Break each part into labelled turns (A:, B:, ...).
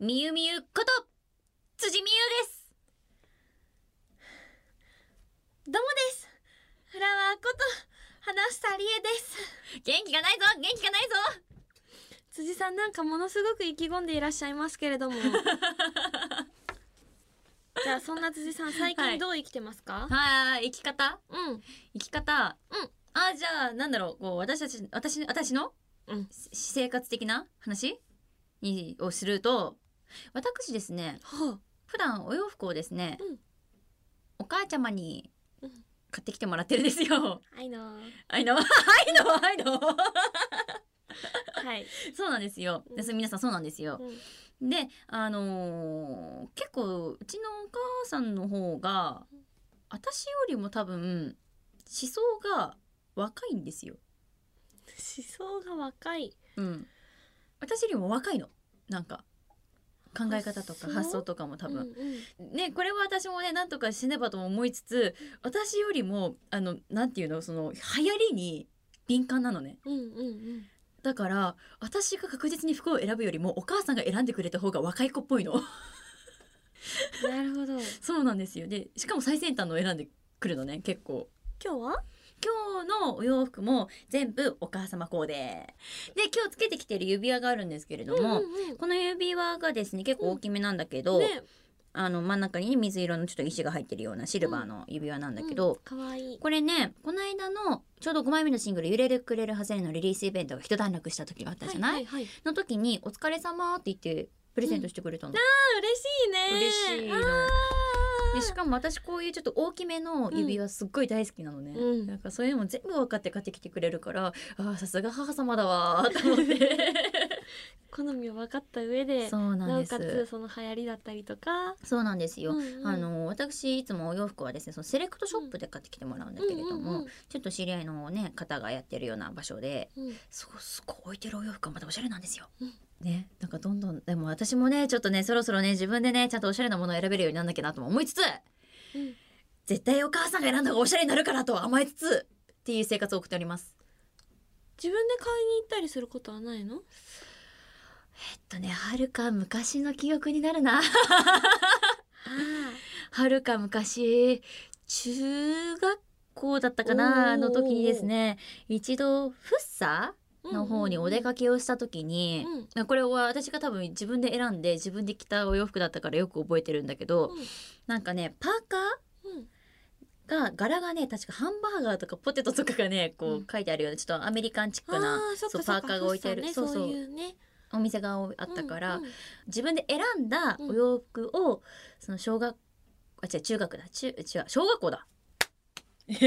A: みゆみゆこと辻みゆです
B: どうもです。フラワーこと、花下理恵です。
A: 元気がないぞ元気がないぞ
B: 辻さんなんかものすごく意気込んでいらっしゃいますけ れども。じゃあそんな辻さん最
A: はい
B: 近どう生きてますか、
A: はーい生き方
B: うん。
A: 生き方
B: うん
A: あーじゃあなんだろうこう私たち私私の、
B: うん
A: し生活的な話にをすると私ですね
B: は
A: 普段お洋服をですね、
B: うん
A: お母ちゃまに
B: うん
A: 買ってきてもらってるんですよ。
B: あ。はいの。
A: I know, I know, I know.
B: はい。
A: そうなんですよ。でそう皆さんそうなんですよ。
B: うん
A: で、あのー結構うちのお母さんの方が私よりも多分思想が若いんですよ。
B: 思想が若い。
A: うん。私よりも若いの。なんか考え方と
B: あそ
A: か
B: う
A: 発想とかも多分。
B: うんうん
A: ね、これは私もねなんとか死ねばとも思いつつ私よりもあのなんていうのその流行りに敏感なのね
B: うんうんうん。
A: だから私が確実に服を選ぶよりもお母さんが選んでくれた方が若い子っぽいの
B: なるほど。
A: そうなんですよでしかも最先端のを選んでくるのね結構
B: 今日は
A: 今日のお洋服も全部お母様コーデで今日つけてきてる指輪があるんですけれども、
B: うんうん
A: この指輪がですね結構大きめなんだけど、
B: ね、
A: あの真ん中にね水色のちょっと石が入ってるようなシルバーの指輪なんだけど、
B: うんかわいい。
A: これねこの間のちょうど5枚目のシングル「揺れるくれるはずれ」のリリースイベントが一段落した時があったじゃない、
B: はいはいはい
A: の時に「お疲れ様って言ってプレゼントしてくれたの、
B: あ嬉しい
A: 嬉し
B: ね。
A: いの
B: あー
A: でしかも私こういうちょっと大きめの指輪すっごい大好きなのね、
B: うん
A: なんかそういうのも全部分かって買ってきてくれるからあーさすが母様だわ ーと思って
B: 好みを分かった上で。
A: そうな
B: なんお
A: で
B: かつ
A: す
B: その流行りだったりとか、
A: そうなんですよ、
B: うんうん
A: あの私いつもお洋服はですねそのセレクトショップで買ってきてもらうんだけれども、
B: うんうん
A: ちょっと知り合いの、ね、方がやってるような場所で
B: うんうん
A: すごいすごい置いてるお洋服がまたおしゃれなんですよ。
B: うん
A: ね、なんかどんどんでも私もねちょっとねそろそろね自分でねちゃんとおしゃれなものを選べるようになんなきゃなとも思いつつ
B: うん
A: 絶対お母さんが選んだ方がおしゃれになるからと甘えつつっていう生活を送っております。
B: 自分で買いに行ったりすることはないの
A: えっとねはるか昔の記憶になるな はるか昔中学校だったかな
B: おー
A: の時にですね一度フッサの方にお出
B: け、
A: かけをした時に。
B: うんうん
A: これは私が多分自分で選んで自分で着たお洋服だったからよく覚えてるんだけど、
B: うん
A: なんかねパー
B: うん
A: カーが柄がね確かハンバーガーとかポテトとかがねこう、
B: うん
A: 書いてあるようなちょっとアメリカンチックな
B: あそっ
A: そ
B: か
A: うパーカーが置いてある
B: そっか
A: そうそう
B: そういうね
A: お店があったから、
B: うんうん
A: 自分で選んだお洋服を、その小学あ違う中学だ中違う小学校 だい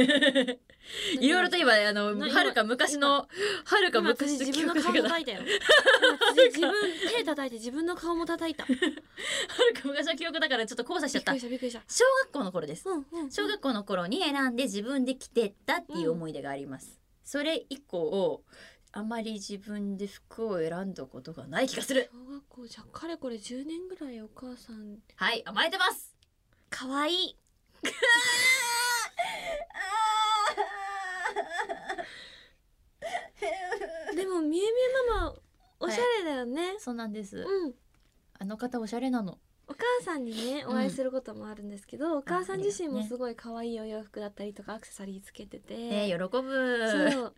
A: ろいろと今あの
B: な
A: はるか昔のはるか
B: 今
A: 昔の
B: 私自
A: 記
B: 分の
A: 憶
B: 顔
A: だから
B: 叩いたよ今私自分手叩いて自分の顔も叩 いたびっ
A: はるか昔の記憶だからちょっと交差しちゃっ
B: く
A: た
B: りしたびっくりした
A: 小学校の頃です
B: うんうんうん
A: 小学校の頃に選んで自分で着てったっていう思い出があります、それ以降あまり自分で服を選んだことがない気がする
B: 小学校じゃかれこれ10年ぐらいお母さん
A: はい甘えてます
B: かわいいでもみえみえママおしゃれだよね、
A: そうなんです、
B: うん
A: あの方おしゃれなの
B: お母さんにねお会いすることもあるんですけど、お母さん自身もすごい可愛いお洋服だったりとかアクセサリーつけてて、
A: ね喜ぶ
B: そう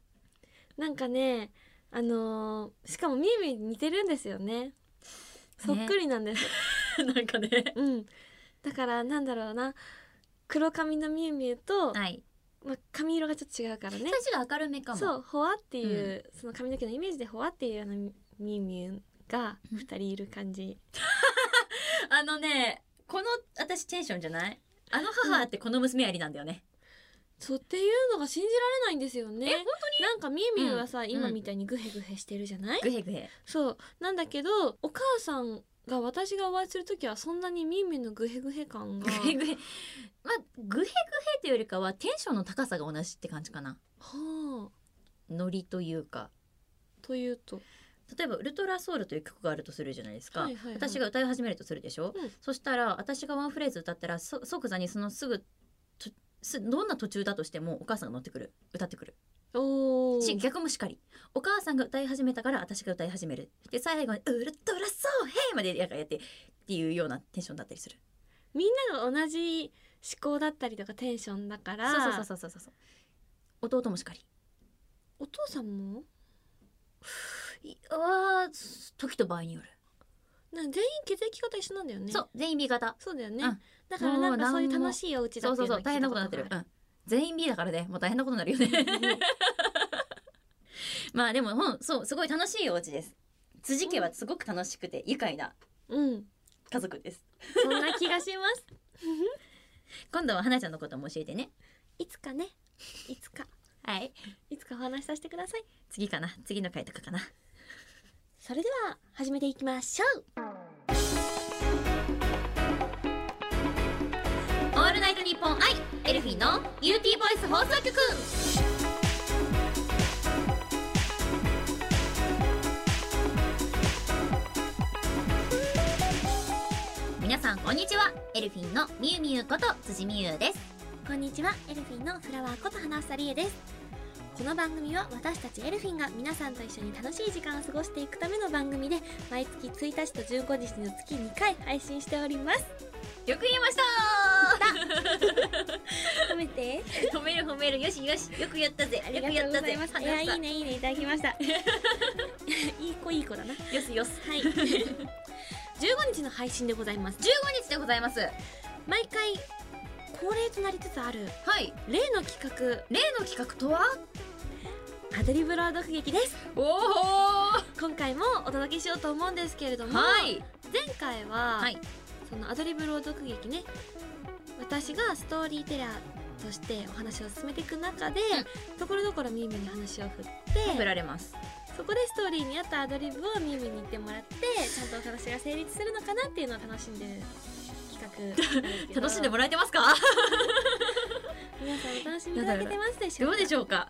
B: なんかねあのーしかもみゆみゆに似てるんですよねそっくりなんです、
A: なんかね
B: うんだからなんだろうな黒髪のみゆみゆと、
A: はい
B: まあ、髪色がちょっと違うからね
A: 最初が明るめかも
B: そうほわっていう、その髪の毛のイメージでほわっていうあのみみゆみゆが2人いる感じ
A: あのねこの私テンションじゃないあの母ってこの娘ありなんだよね、
B: そうっていうのが信じられないんですよね
A: え本
B: 当になんかみゆみゆはさ、
A: ん
B: 今みたいにグヘグヘしてるじゃない
A: グヘグヘ
B: そうなんだけどお母さんが私がお会いする時はそんなにみーみーのグヘグヘ感
A: グ
B: が
A: ヘグヘまあグヘグヘというよりかはテンションの高さが同じって感じかな
B: はあ
A: ノリというか
B: というと
A: 例えば「ウルトラソウル」という曲があるとするじゃないですか、
B: はいはいはい
A: 私が歌い始めるとするでしょ、
B: うん
A: そしたら私がワンフレーズ歌ったらそ即座にそのすぐとすどんな途中だとしてもお母さんが乗ってくる歌ってくる
B: あおお
A: し逆もしかりお母さんが歌い始めたから私が歌い始めるで最後に「ウルトラソーヘイ!」までやってっていうようなテンションだったりする
B: みんなが同じ思考だったりとかテンションだから
A: そうそうそうそうそう弟もしかり
B: お父さんも
A: いやー時と場合による、
B: なんか全員血液型一緒なんだよね
A: そう全員 B 型
B: そうだよね、
A: うん
B: だからなんかそういう
A: もうなんも
B: 楽しいお家だ
A: そう
B: って
A: そ
B: い
A: そ
B: ううのを聞
A: う
B: いた
A: 大変なことになってる、
B: があ
A: うん、全員 B だからねもう大変なことになるよね まあでもほんそうすごい楽しいお家です辻家はすごく楽しくて愉快な
B: るうん
A: 家族です
B: そんな気がします
A: 今度は花ちゃんのことも教えてね
B: いつかねいつか
A: はい
B: いつかお話しさせてください
A: 次かな次の回とかかな
B: それでは始めていきましょう
A: 「オールナイトニッポン愛エルフィンのビューティーボイス放送局」皆さんこんにちはエルフィンのみゆみゆこと辻みゆです
B: こんにちはエルフィンのフラワーこと花房理恵ですこの番組は私たちエルフィンが皆さんと一緒に楽しい時間を過ごしていくための番組で毎月1日と15日の月2回配信しております
A: よく言い まし
B: 褒めて
A: た褒める褒めるよしよしよくやったぜ
B: あり
A: よ
B: が
A: く
B: と
A: やっ
B: うご
A: た
B: ざ
A: ぜ
B: いますい
A: 話
B: や
A: し
B: い
A: た
B: いねいいねいただきました いい子いい子だなは
A: よしよし
B: い15日の配信でございます
A: 15日でございますは
B: 毎回恒例となりつつある
A: い
B: 例の企
A: 例の企画とは
B: 画アドリブ朗読劇です
A: おおは
B: 今回もお届けしようと思うんですけれども、
A: い
B: 前回は、
A: はい
B: そのアドリブ朗読劇ね私がストーリーテラーとしてお話を進めていく中で、ところどころみーみーに話を振っ
A: 振
B: て
A: られます
B: そこでストーリーに合ったアドリブをみーみーに言ってもらってちゃんとお話が成立するのかなっていうのを楽しんでる企画なんですけど
A: 楽しんでもらえてますか
B: 皆さんお楽しみいただけてますでしょ
A: どうでし
B: ょう
A: ょうか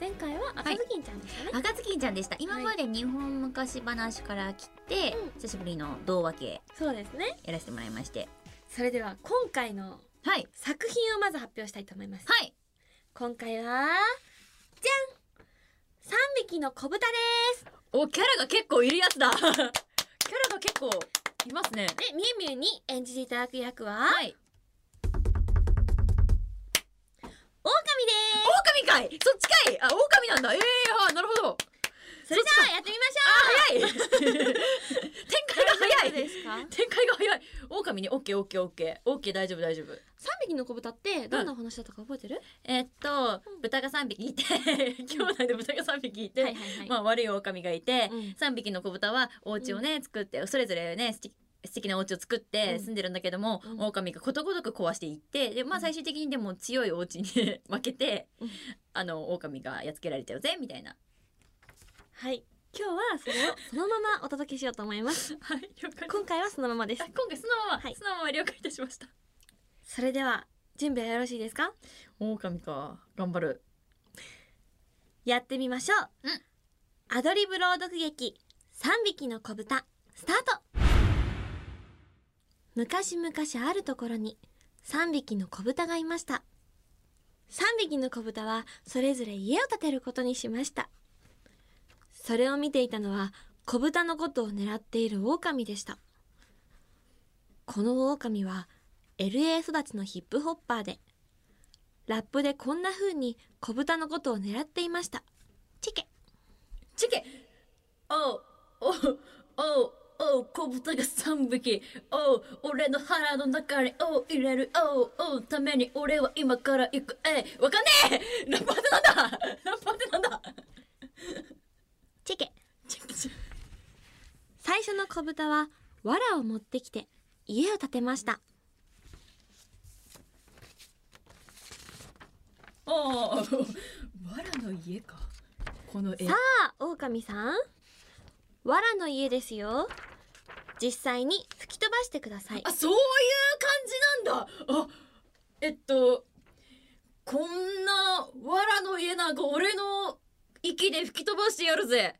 B: 前回は赤
A: い
B: ずきんちゃんでしたね、
A: 赤ずきんちゃんでした今まで日本昔話から来て、
B: うん
A: 久しぶりの童話系
B: そうですね
A: やらせてもらいまして
B: それでは今回の
A: はい
B: 作品をまず発表したいと思います
A: はい
B: 今回はじゃん三匹の子豚です
A: おキャラが結構いるやつだ キャラが結構いますね
B: でみゆみゆに演じていただく役は、
A: はい
B: 狼
A: 狼かいそっちかいあ狼なんだええあなるほど
B: ですそれじゃあやってみましょ
A: 早い展開が
B: う
A: 早い
B: 大丈夫ですか
A: 展開が早い狼にオッケーオッケーオッケーオッケー大丈夫大丈夫
B: 三匹の子豚ってどんなお話だったか覚えてる、
A: えっと
B: うん
A: 豚が3匹いて兄弟で豚が3匹いて、
B: はいは
A: まあ悪い狼がいて、
B: うん
A: 3匹の子豚はお家をね、作ってそれぞれね素敵素敵なお家を作っ
B: うん
A: て住んでるんだけども、
B: うん
A: 狼がことごとく壊していってでま
B: う
A: あ
B: ん
A: 最終的にでも強いお家に 負けて、
B: うん
A: あの狼がやっつけられちゃうぜみたいな。
B: はい今日はそれをそのままお届けしようと思います
A: はい了解
B: 今回はそのままです
A: あ今回そのまま、
B: はい
A: そのまま了解いたしました。
B: それでは準備はよろしいですか
A: 狼か頑張る。
B: やってみましょう、
A: うん
B: アドリブ朗読劇3匹の子豚スタート昔々あるところに3匹の子豚がいました3匹の子豚はそれぞれ家を建てることにしましたそれを見ていたのは子豚のことを狙っている狼でしたこの狼は LA 育ちのヒップホッパーでラップでこんな風に小豚のことを狙っていました。チケ。
A: チケおうおうおうおう小豚が3匹おう俺の腹の中におう入れるおうおうために俺は今から行くえいわかんねえラッパーってなんだラッパーってなんだ
B: チケ。
A: チケチケ
B: 最初の小豚は藁を持ってきて家を建てました。
A: おうわらの家かこの絵
B: さあ、狼さん。藁の家ですよ。実際に吹き飛ばしてください
A: あ。そういう感じなんだあえっとこんなわらの家なんか俺の息で吹き飛ばしてやるぜ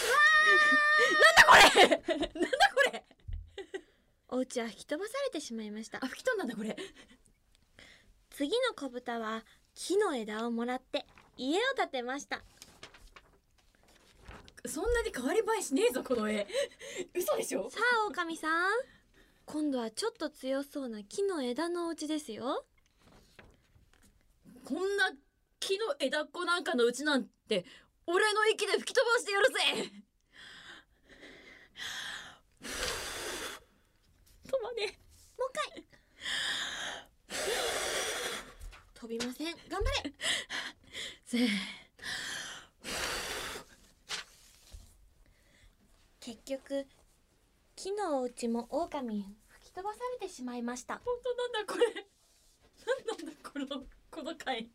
A: えなんだこれなんだこれ
B: お家は吹き飛ばされてしまいました
A: あ。吹き飛んだんだこれ
B: 次の小豚は木の枝をもらって家を建てました。
A: そんなに変わり映えしねえぞ、この絵。 嘘でしょ
B: さあ、狼さん。今度はちょっと強そうな木の枝のお家ですよ。
A: こんな木の枝っこなんかのうちなんて、俺の息で吹き飛ばしてやるぜ 止まね
B: もう一回。飛びません。頑張れ。
A: え。ぜ
B: 結局、木のお家も狼に吹き飛ばされてしまいました。
A: 本当なんだこれ。なんなんだこの、この回。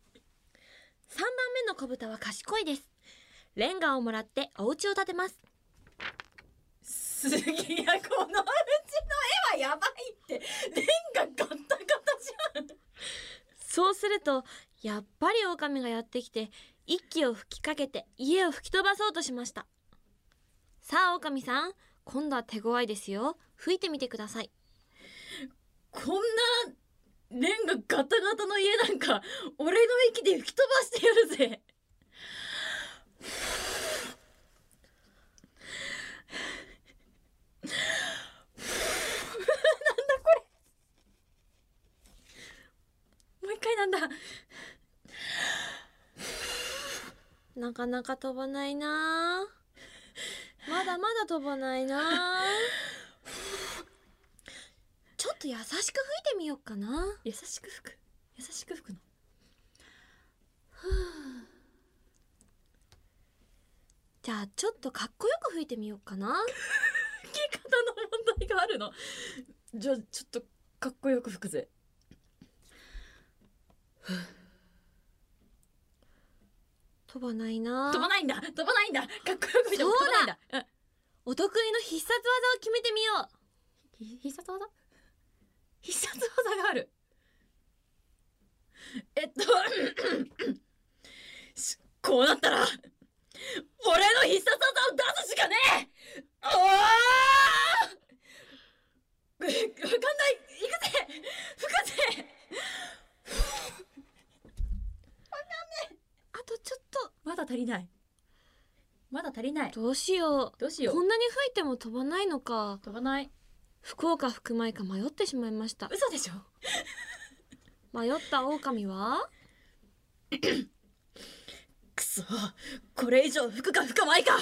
B: 3番目の小豚は賢いです。レンガをもらってお家を建てます。
A: すげえ、このうちの絵はやばいって。レンガガッタガタじゃん。
B: そうすると、やっぱり狼がやってきて、一気を吹きかけて家を吹き飛ばそうとしました。さあ、狼さん、今度は手強いですよ。吹いてみてください。
A: こんな、レンガガタガタの家なんか、俺の息で吹き飛ばしてやるぜ。なんだこれ。もう一回なんだ。
B: なかなか飛ばない なぁ。まだまだ飛ばないなぁ。ちょっと優しく吹いてみようかな。
A: 優しく吹く。優しく吹くの。
B: じゃあ、ちょっとかっこよく吹いてみようかな。
A: 吹き方の問題があるの。じゃあ、ちょっと、かっこよく吹くぜ。
B: 飛ばないなぁ。
A: 飛ばないんだ飛ばないんだかっこよく吹いても飛ばないんだうん
B: お得意の必殺技を決めてみよう
A: ひ必殺技必殺技があるえっと しこうなったら俺の必殺技を出すしかねえおーわかんない行くぜ吹くぜ
B: あとちょっと
A: まだ足りないまだ足りない
B: どうしよう
A: どうしよ
B: こ
A: うん
B: なに吹いても飛ばないのか
A: 飛ばない
B: 福岡吹く前か迷ってしまいました
A: 嘘でしょ
B: 迷った狼は
A: くそこれ以上服か服かまいか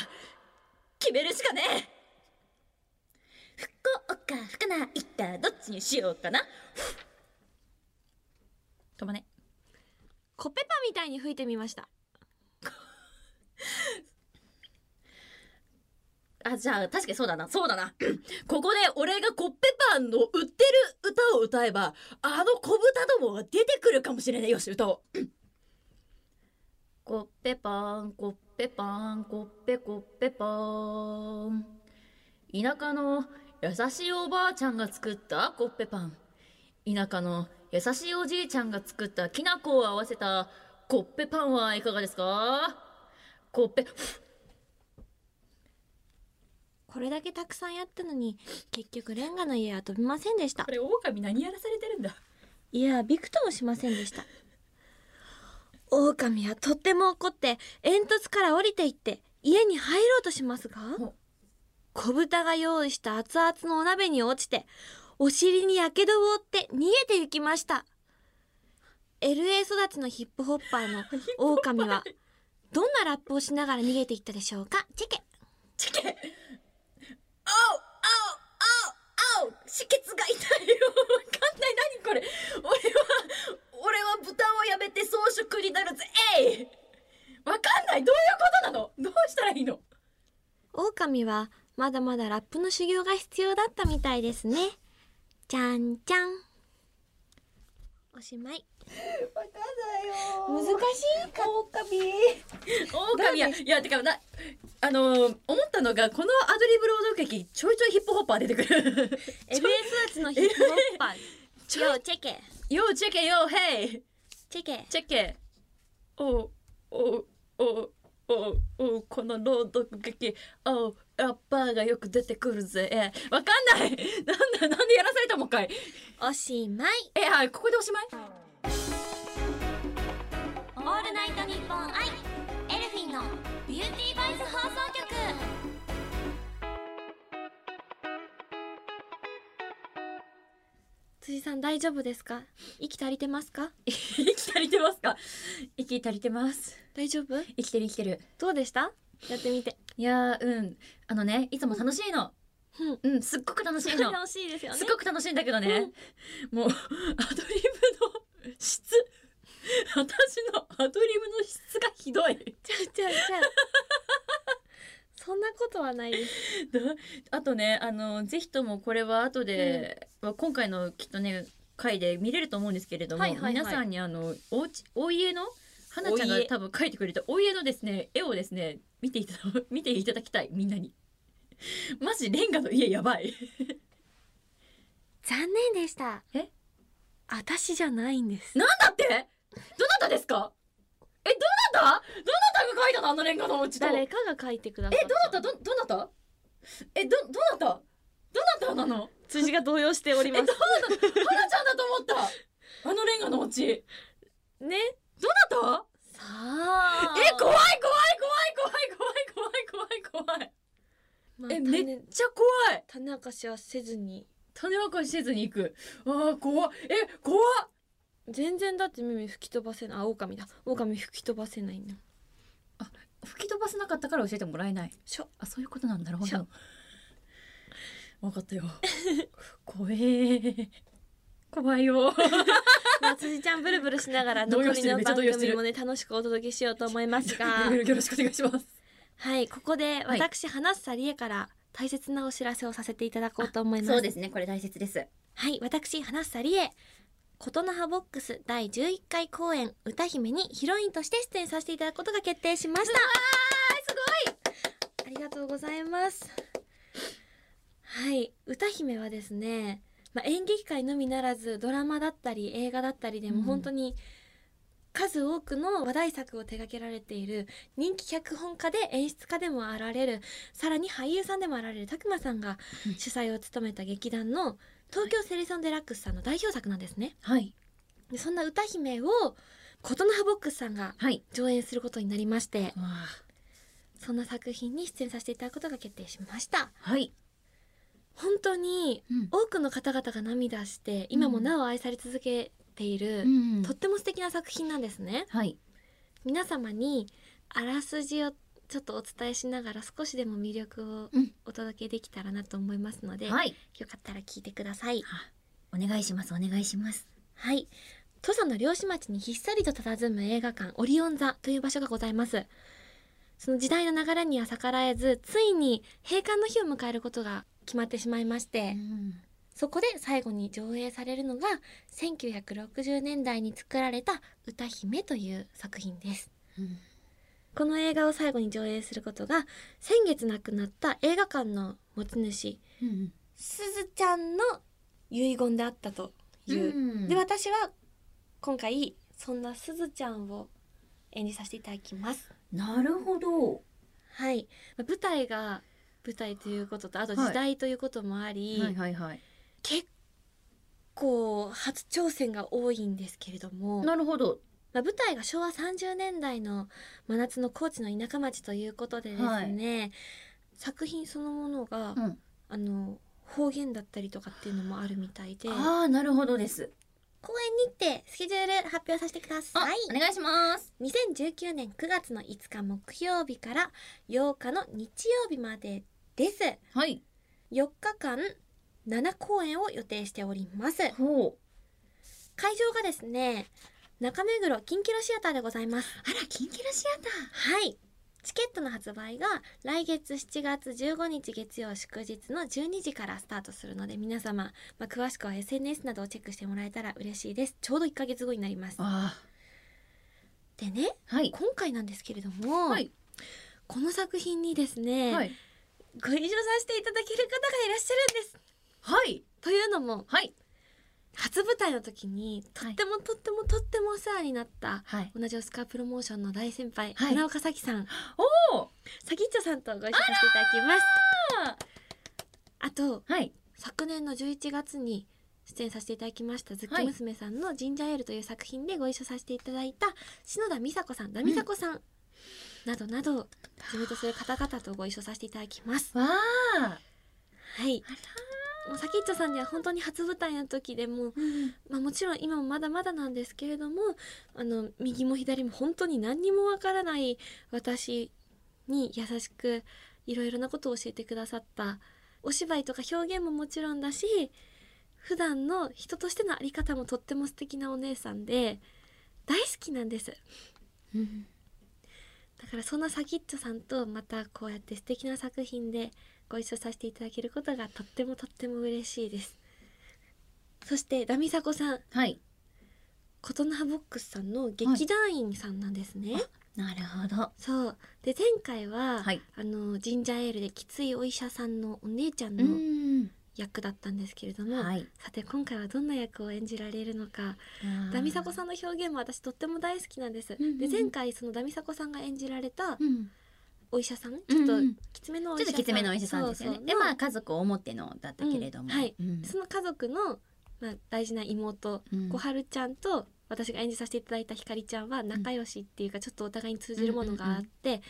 A: 決めるしかねえ服か服ないかどっちにしようかなとまね
B: コペパみたいに吹いてみました
A: あじゃあ確かにそうだなそうだな ここで俺がコッペパンの売ってる歌を歌えばあの小豚どもが出てくるかもしれないよし歌おう コッペパンコッペパンコッペコッペパン田舎の優しいおばあちゃんが作ったコッペパン田舎の優しいおじいちゃんが作ったきな粉を合わせたコッペパンはいかがですかコッペ
B: これだけたくさんやったのに結局レンガの家は飛びませんでした
A: れ狼何やらされてるんだ
B: いやびくともしませんでした狼はとっても怒って煙突から降りていって家に入ろうとしますが
A: お
B: 小豚が用意した熱々のお鍋に落ちてお尻に火傷を負って逃げていきました LA 育ちのヒップホッパーの狼はどんなラップをしながら逃げていったでしょうかチェケ
A: チケおうおうおうおう止血が痛いよ わかんない何これ俺は俺は豚をやめて草食になるぜえいわかんないどういうことなのどうしたらいいの
B: 狼はまだまだラップの修行が必要だったみたいですねじゃんじゃんおしまい
A: わかんないよ
B: 難しいか狼
A: 狼や、いや、てか、な、あのー思ったのが、このアドリブ朗読劇、ちょいちょいヒップホッパー出てくる。
B: LA 育ちのヒップホッパーようチェケ
A: よう、チェケ、よう、ヘイ
B: チェケ
A: チェケおうおうおうおうおうこの朗読劇おうラッパーがよく出てくるぜえわかんない なんだなんでやらされたもんかい
B: おしま い
A: えはいここでおしまい
B: オールナイトニッポンアイエルフィンのビューティーバイス放送局辻さん大丈夫ですか息足りてますか
A: 息足りてますか息足りてます
B: 大丈夫
A: 生きてる生きてる
B: どうでしたやってみて
A: いやーうんあのねいつも楽しいの
B: うん
A: うんすっごく楽しいの
B: 楽しいですよね
A: すごく楽しいんだけどね、もうアドリブの質 私のアドリブの質がひどい
B: ちゃうちゃうちゃうそんなことはないです
A: あとねあのぜひともこれは後で、は今回のきっとね回で見れると思うんですけれども、
B: はいはいはい
A: 皆さんにあのおうちお家の花ちゃんが
B: お家
A: 多分描いてくれたお家のですね絵をですね見ていた だ見ていただきたいみんなに マジレンガの家やばい
B: 残念でした
A: え
B: 私じゃないんで す
A: なんだってどなたですかえどなたどなたが描いたのあのレンガのお家と
B: 誰かが書いてくださ
A: え
B: った
A: どなたどどなたえどどなたどなたなの
B: 辻が動揺しており
A: えど
B: ま
A: なた花ちゃんだと思ったあのレンガのお家
B: すね
A: どなた
B: さあ
A: え怖い怖い怖い怖い怖い怖い怖い怖い
B: まあ
A: えめ
B: 種
A: っちゃ怖い
B: 種明かしはせずに
A: 種明かしせずに行くあー怖っえ怖っ
B: 全然だって耳吹き飛ばせないあ狼だ狼吹き飛ばせないの
A: 吹き飛ばせなかったから教えてもらえない
B: しょ
A: あそういうことなんだろう
B: しょ
A: 分か ったよ怖えー怖いよ
B: まあ辻ちゃんブルブルしながら
A: 動
B: 残
A: 揺し
B: り
A: てる
B: の
A: めっちゃ
B: 番
A: 動揺してる
B: 組もね楽しくお届けしようと思います が
A: よろしくお願いし ます
B: はいここで
A: はい
B: 私花さりえから大切なお知らせをさせていただこうと思います
A: すねこれ大切です
B: はい、私、花さりえ。ことの葉ボックス第11回公演歌姫にヒロインとして出演させていただくことが決定しました。わーすごいありがとうございます。はい、歌姫はですね、まあ、演劇界のみならずドラマだったり映画だったりで
A: うん
B: も本当に数多くの話題作を手掛けられている人気脚本家で演出家でもあられるさらに俳優さんでもあられる拓磨さんが
A: うん
B: 主催を務めた劇団の東京セレソンデラックスさんの代表作なんですね。
A: はい
B: でそんな歌姫を琴ノ葉ボックスさんが
A: はい
B: 上演することになりまして
A: わあ
B: そんな作品に出演させていただくことが決定しました。
A: はい、
B: 本当に
A: うん
B: 多くの方々が涙して今もなお愛され続けている、
A: うん
B: とっても素敵な作品なんですね
A: はい
B: 皆様にあらすじをちょっとお伝えしながら少しでも魅力を
A: うん
B: お届けできたらなと思いますので、
A: はい
B: よかったら聞いてください
A: お願いしますお願いします
B: はい土佐の漁師町にひっさりと佇む映画館オリオン座という場所がございますその時代の流れには逆らえずついに閉館の日を迎えることが決まってしまいまして、
A: うん
B: そこで最後に上映されるのが1960年代に作られた「歌姫」という作品です。
A: うん
B: この映画を最後に上映することが先月亡くなった映画館の持ち主
A: うん
B: すずちゃんの遺言であったという。
A: ん
B: で私は今回そんなすずちゃんを演じさせていただきます。
A: なるほど。
B: はい、まあ舞台が舞台ということとあと
A: はい
B: 時代ということもあり、
A: はいはい。
B: 結構初挑戦が多いんですけれども、ま
A: なるほど。
B: あ、舞台が昭和30年代の真夏の高知の田舎町ということでですね、作品そのものが、
A: うん。
B: あの方言だったりとかっていうのもあるみたいで
A: ああ、なるほどです。
B: 公演にてスケジュール発表させてください
A: お願いします。
B: 2019年9月の5日木曜日から8日の日曜日までです
A: はい。
B: 4日間7公演を予定しております
A: ほう。
B: 会場がですね中目黒キンキロシアターでございます
A: あら、キンキラシアター。
B: はいチケットの発売が来月7月15日月曜祝日の12時からスタートするので皆様、まあ、詳しくは SNS などをチェックしてもらえたら嬉しいですちょうど1ヶ月後になります
A: あ
B: でね
A: あ。はい。
B: 今回なんですけれども、
A: はい。
B: この作品にですね、
A: はい。
B: ご一緒させていただける方がいらっしゃるんです
A: はい。
B: というのも
A: はい。
B: 初舞台の時にとってもとってもとってもお世話になった
A: はい。
B: 同じオスカープロモーションの大先輩、
A: はい
B: 船岡咲さん
A: おお。
B: サキッチョさんとご一緒させていただきます
A: あら
B: あと
A: はい。
B: 昨年の11月に出演させていただきましたズッキ娘さんの「ジンジャーエール」という作品でご一緒させていただいた篠田美佐子さん田美佐子さん、などなどはじめとする方々とご一緒させていただきます。
A: わあ
B: はいもうサキッチョさんには本当に初舞台の時でもう、まあ、もちろん今もまだまだなんですけれどもあの右も左も本当に何にもわからない私に優しくいろいろなことを教えてくださったお芝居とか表現ももちろんだし普段の人としてのあり方もとっても素敵なお姉さんで大好きなんです
A: うん
B: だからそんなサキッチョさんとまたこうやって素敵な作品でご一緒させていただけることがとってもとっても嬉しいですそしてダミサコさん
A: はい
B: 琴ノ葉ボックスさんの劇団員さんなんですね、
A: なるほど
B: そうで前回は、
A: はい
B: あのジンジャーエールできついお医者さんのお姉ちゃん
A: う
B: の
A: ん
B: 役だったんですけれども、
A: はい
B: さて今回はどんな役を演じられるのかダミサコさんの表現も私とっても大好きなんです、
A: うんうんう
B: で
A: ん
B: 前回そのダミサコさんが演じられた
A: んうん
B: お医者さん、
A: うんうん
B: ちょっときつめのお
A: ち
B: 医
A: ょっ
B: 者さ
A: とき
B: ん
A: つめのお医者さんですよね。でまあ
B: あ
A: 家族を思ってのだったけれども、
B: うんはい
A: うん
B: その家族の、まあ、大事な妹
A: うん
B: 小春ちゃんと私が演じさせていただいたひかりちゃんは仲良しっていうかちょっとお互いに通じるものがあって、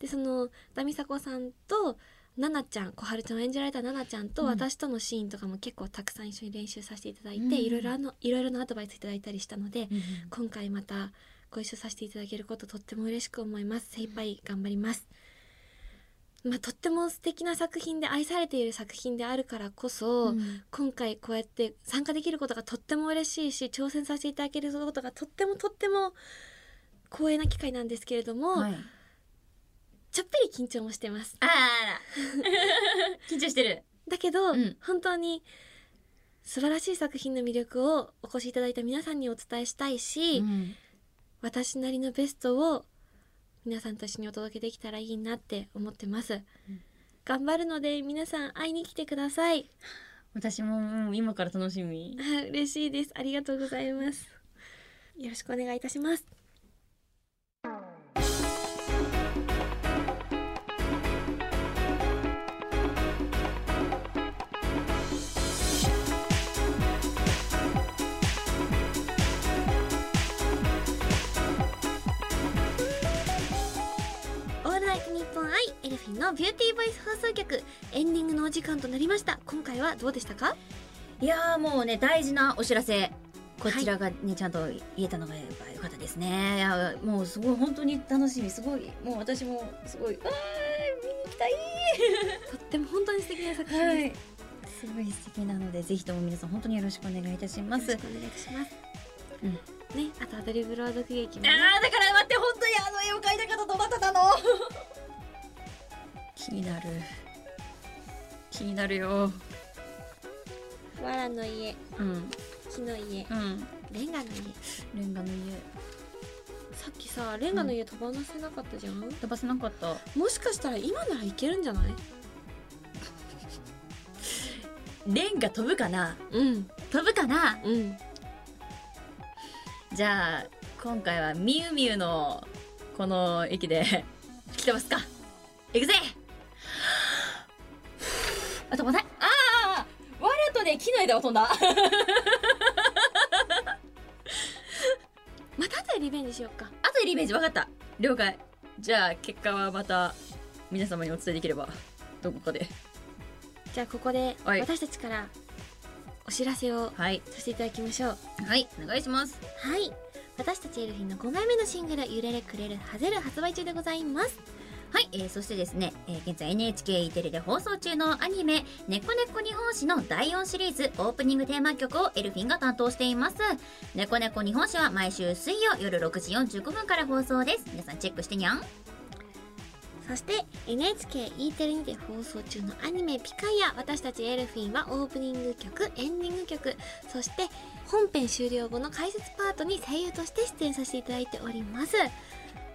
B: でそのダミサコさんと奈々ちゃん小春ちゃんを演じられた奈々ちゃんと
A: うん
B: 私とのシーンとかも結構たくさん一緒に練習させていただいて、
A: うん
B: いろいろあのいろいろなアドバイスいただいたりしたので、
A: うん
B: 今回またご一緒させていただけることとっても嬉しく思います精一杯頑張りますまあとっても素敵な作品で愛されている作品であるからこそ、
A: うん
B: 今回こうやって参加できることがとっても嬉しいし挑戦させていただけることがとってもとっても光栄な機会なんですけれども、
A: はい、
B: ちょっぴり緊張もしてます
A: あらあら緊張してる。
B: だけど、
A: うん
B: 本当に素晴らしい作品の魅力をお越しいただいた皆さんにお伝えしたいし、
A: うん
B: 私なりのベストを皆さんと一緒にお届けできたらいいなって思ってます、頑張るので皆さん会いに来てください
A: 私ももう今から楽しみ。
B: あ嬉しいですありがとうございますよろしくお願いいたしますオールナイトニッポンアイエルフィンのビューティーボイス放送局エンディングのお時間となりました今回はどうでしたか
A: いやーもうね大事なお知らせこちらがね、ちゃんと言えたのがやっぱ良かったですねいやーもうすごい本当に楽しみすごいもう私もすごいうわー見に行きたい
B: とっても本当に素敵な作品です、よ
A: すごい素敵なのでぜひとも皆さん本当によろしくお願いいたしま
B: ろし
A: す
B: くお願いします、
A: うん
B: ね、あとアドリブ朗読劇も、ね、
A: あーだから待って本当にあの絵を描いた方どなたなの 気になる気になるよ
B: わらの家
A: うん
B: 木の家
A: うん
B: レンガの家
A: レンガの家
B: さっきさレンガの家飛ばなせなかったじゃん、
A: 飛ばせなかった
B: もしかしたら今ならいけるんじゃない
A: レンガ飛ぶかな
B: うん
A: 飛ぶかな
B: うん
A: じゃあ今回はみゆみゆのこの駅で 吹き飛ばすか行くぜあ飛ばないああわらとね機内では飛ん だ
B: また後でリベンジしようか
A: あとでリベンジ分かった了解じゃあ結果はまた皆様にお伝えできればどこかで
B: じゃあここで
A: はい
B: 私たちからお知らせを
A: はい
B: させていただきましょう
A: はいお願いします
B: はい私たちエルフィンの5枚目のシングル「ゆれれくれるはぜる」発売中でございます
A: はい、えーそしてですね、えー現在 NHKE テレで放送中のアニメ「ねこねこ日本史」の第4シリーズオープニングテーマ曲をエルフィンが担当しています「ねこねこ日本史」は毎週水曜夜6時45分から放送です皆さんチェックしてにゃん
B: そして NHKE テレにて放送中のアニメ「ピカイア」私たちエルフィンはオープニング曲エンディング曲そして本編終了後の解説パートに声優として出演させていただいております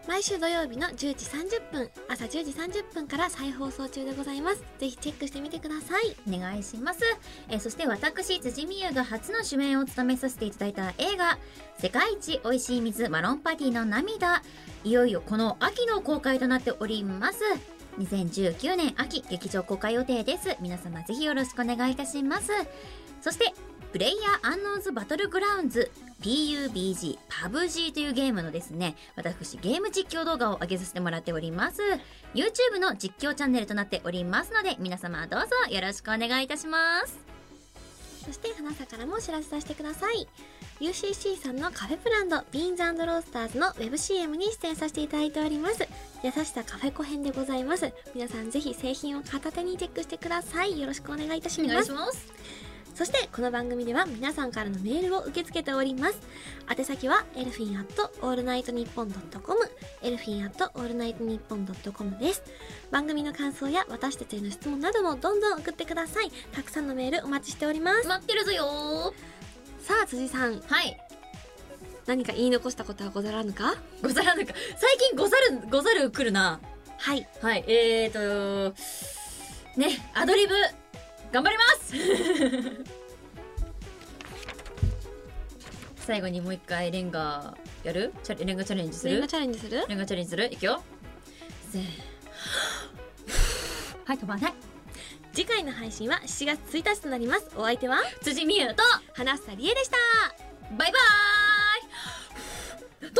B: 毎週土曜日の10時30分朝10時30分から再放送中でございますぜひチェックしてみてください
A: お願いします、えーそして私辻美優が初の主演を務めさせていただいた映画「世界一おいしい水マロンパティの涙」いよいよこの秋の公開となっております2019年秋劇場公開予定です皆様ぜひよろしくお願いいたしますそしてプレイヤーアンノーズバトルグラウンズ PUBG、PUBG というゲームのですね、私ゲーム実況動画を上げさせてもらっております。YouTube の実況チャンネルとなっておりますので、皆様どうぞよろしくお願いいたします。
B: そして花さからもお知らせさせてください UCC さんのカフェブランドビーンズロースターズのウェブ CM に出演させていただいております優しさカフェコ編でございます皆さんぜひ製品を片手にチェックしてくださいよろしくお願いいたし
A: お
B: ま
A: 願い
B: す
A: します。
B: そしてこの番組では皆さんからのメールを受け付けております宛先はエルフィンアットオールナイトニッポンドットコムエルフィンアットオールナイトニッポンドットコムです番組の感想や私たちへの質問などもどんどん送ってくださいたくさんのメールお待ちしております
A: 待ってるぞよ
B: さあ辻さん
A: ーはい。
B: 何か言い残したことはござらぬか
A: ござらぬか。最近ござる、ござる来るな。
B: はい
A: はい、えーと、ね、アドリブ、頑張ります 最後にもう一回レンガやるチャレレンガチャレンジす
B: レン
A: る
B: ガチャレンジする
A: レンガチャレンジするいくよせーのはい、飛ばない。
B: 次回の配信は7月1日となりますお相手は
A: 辻美優と、
B: 花房理恵でした
A: バイバーイ飛んだ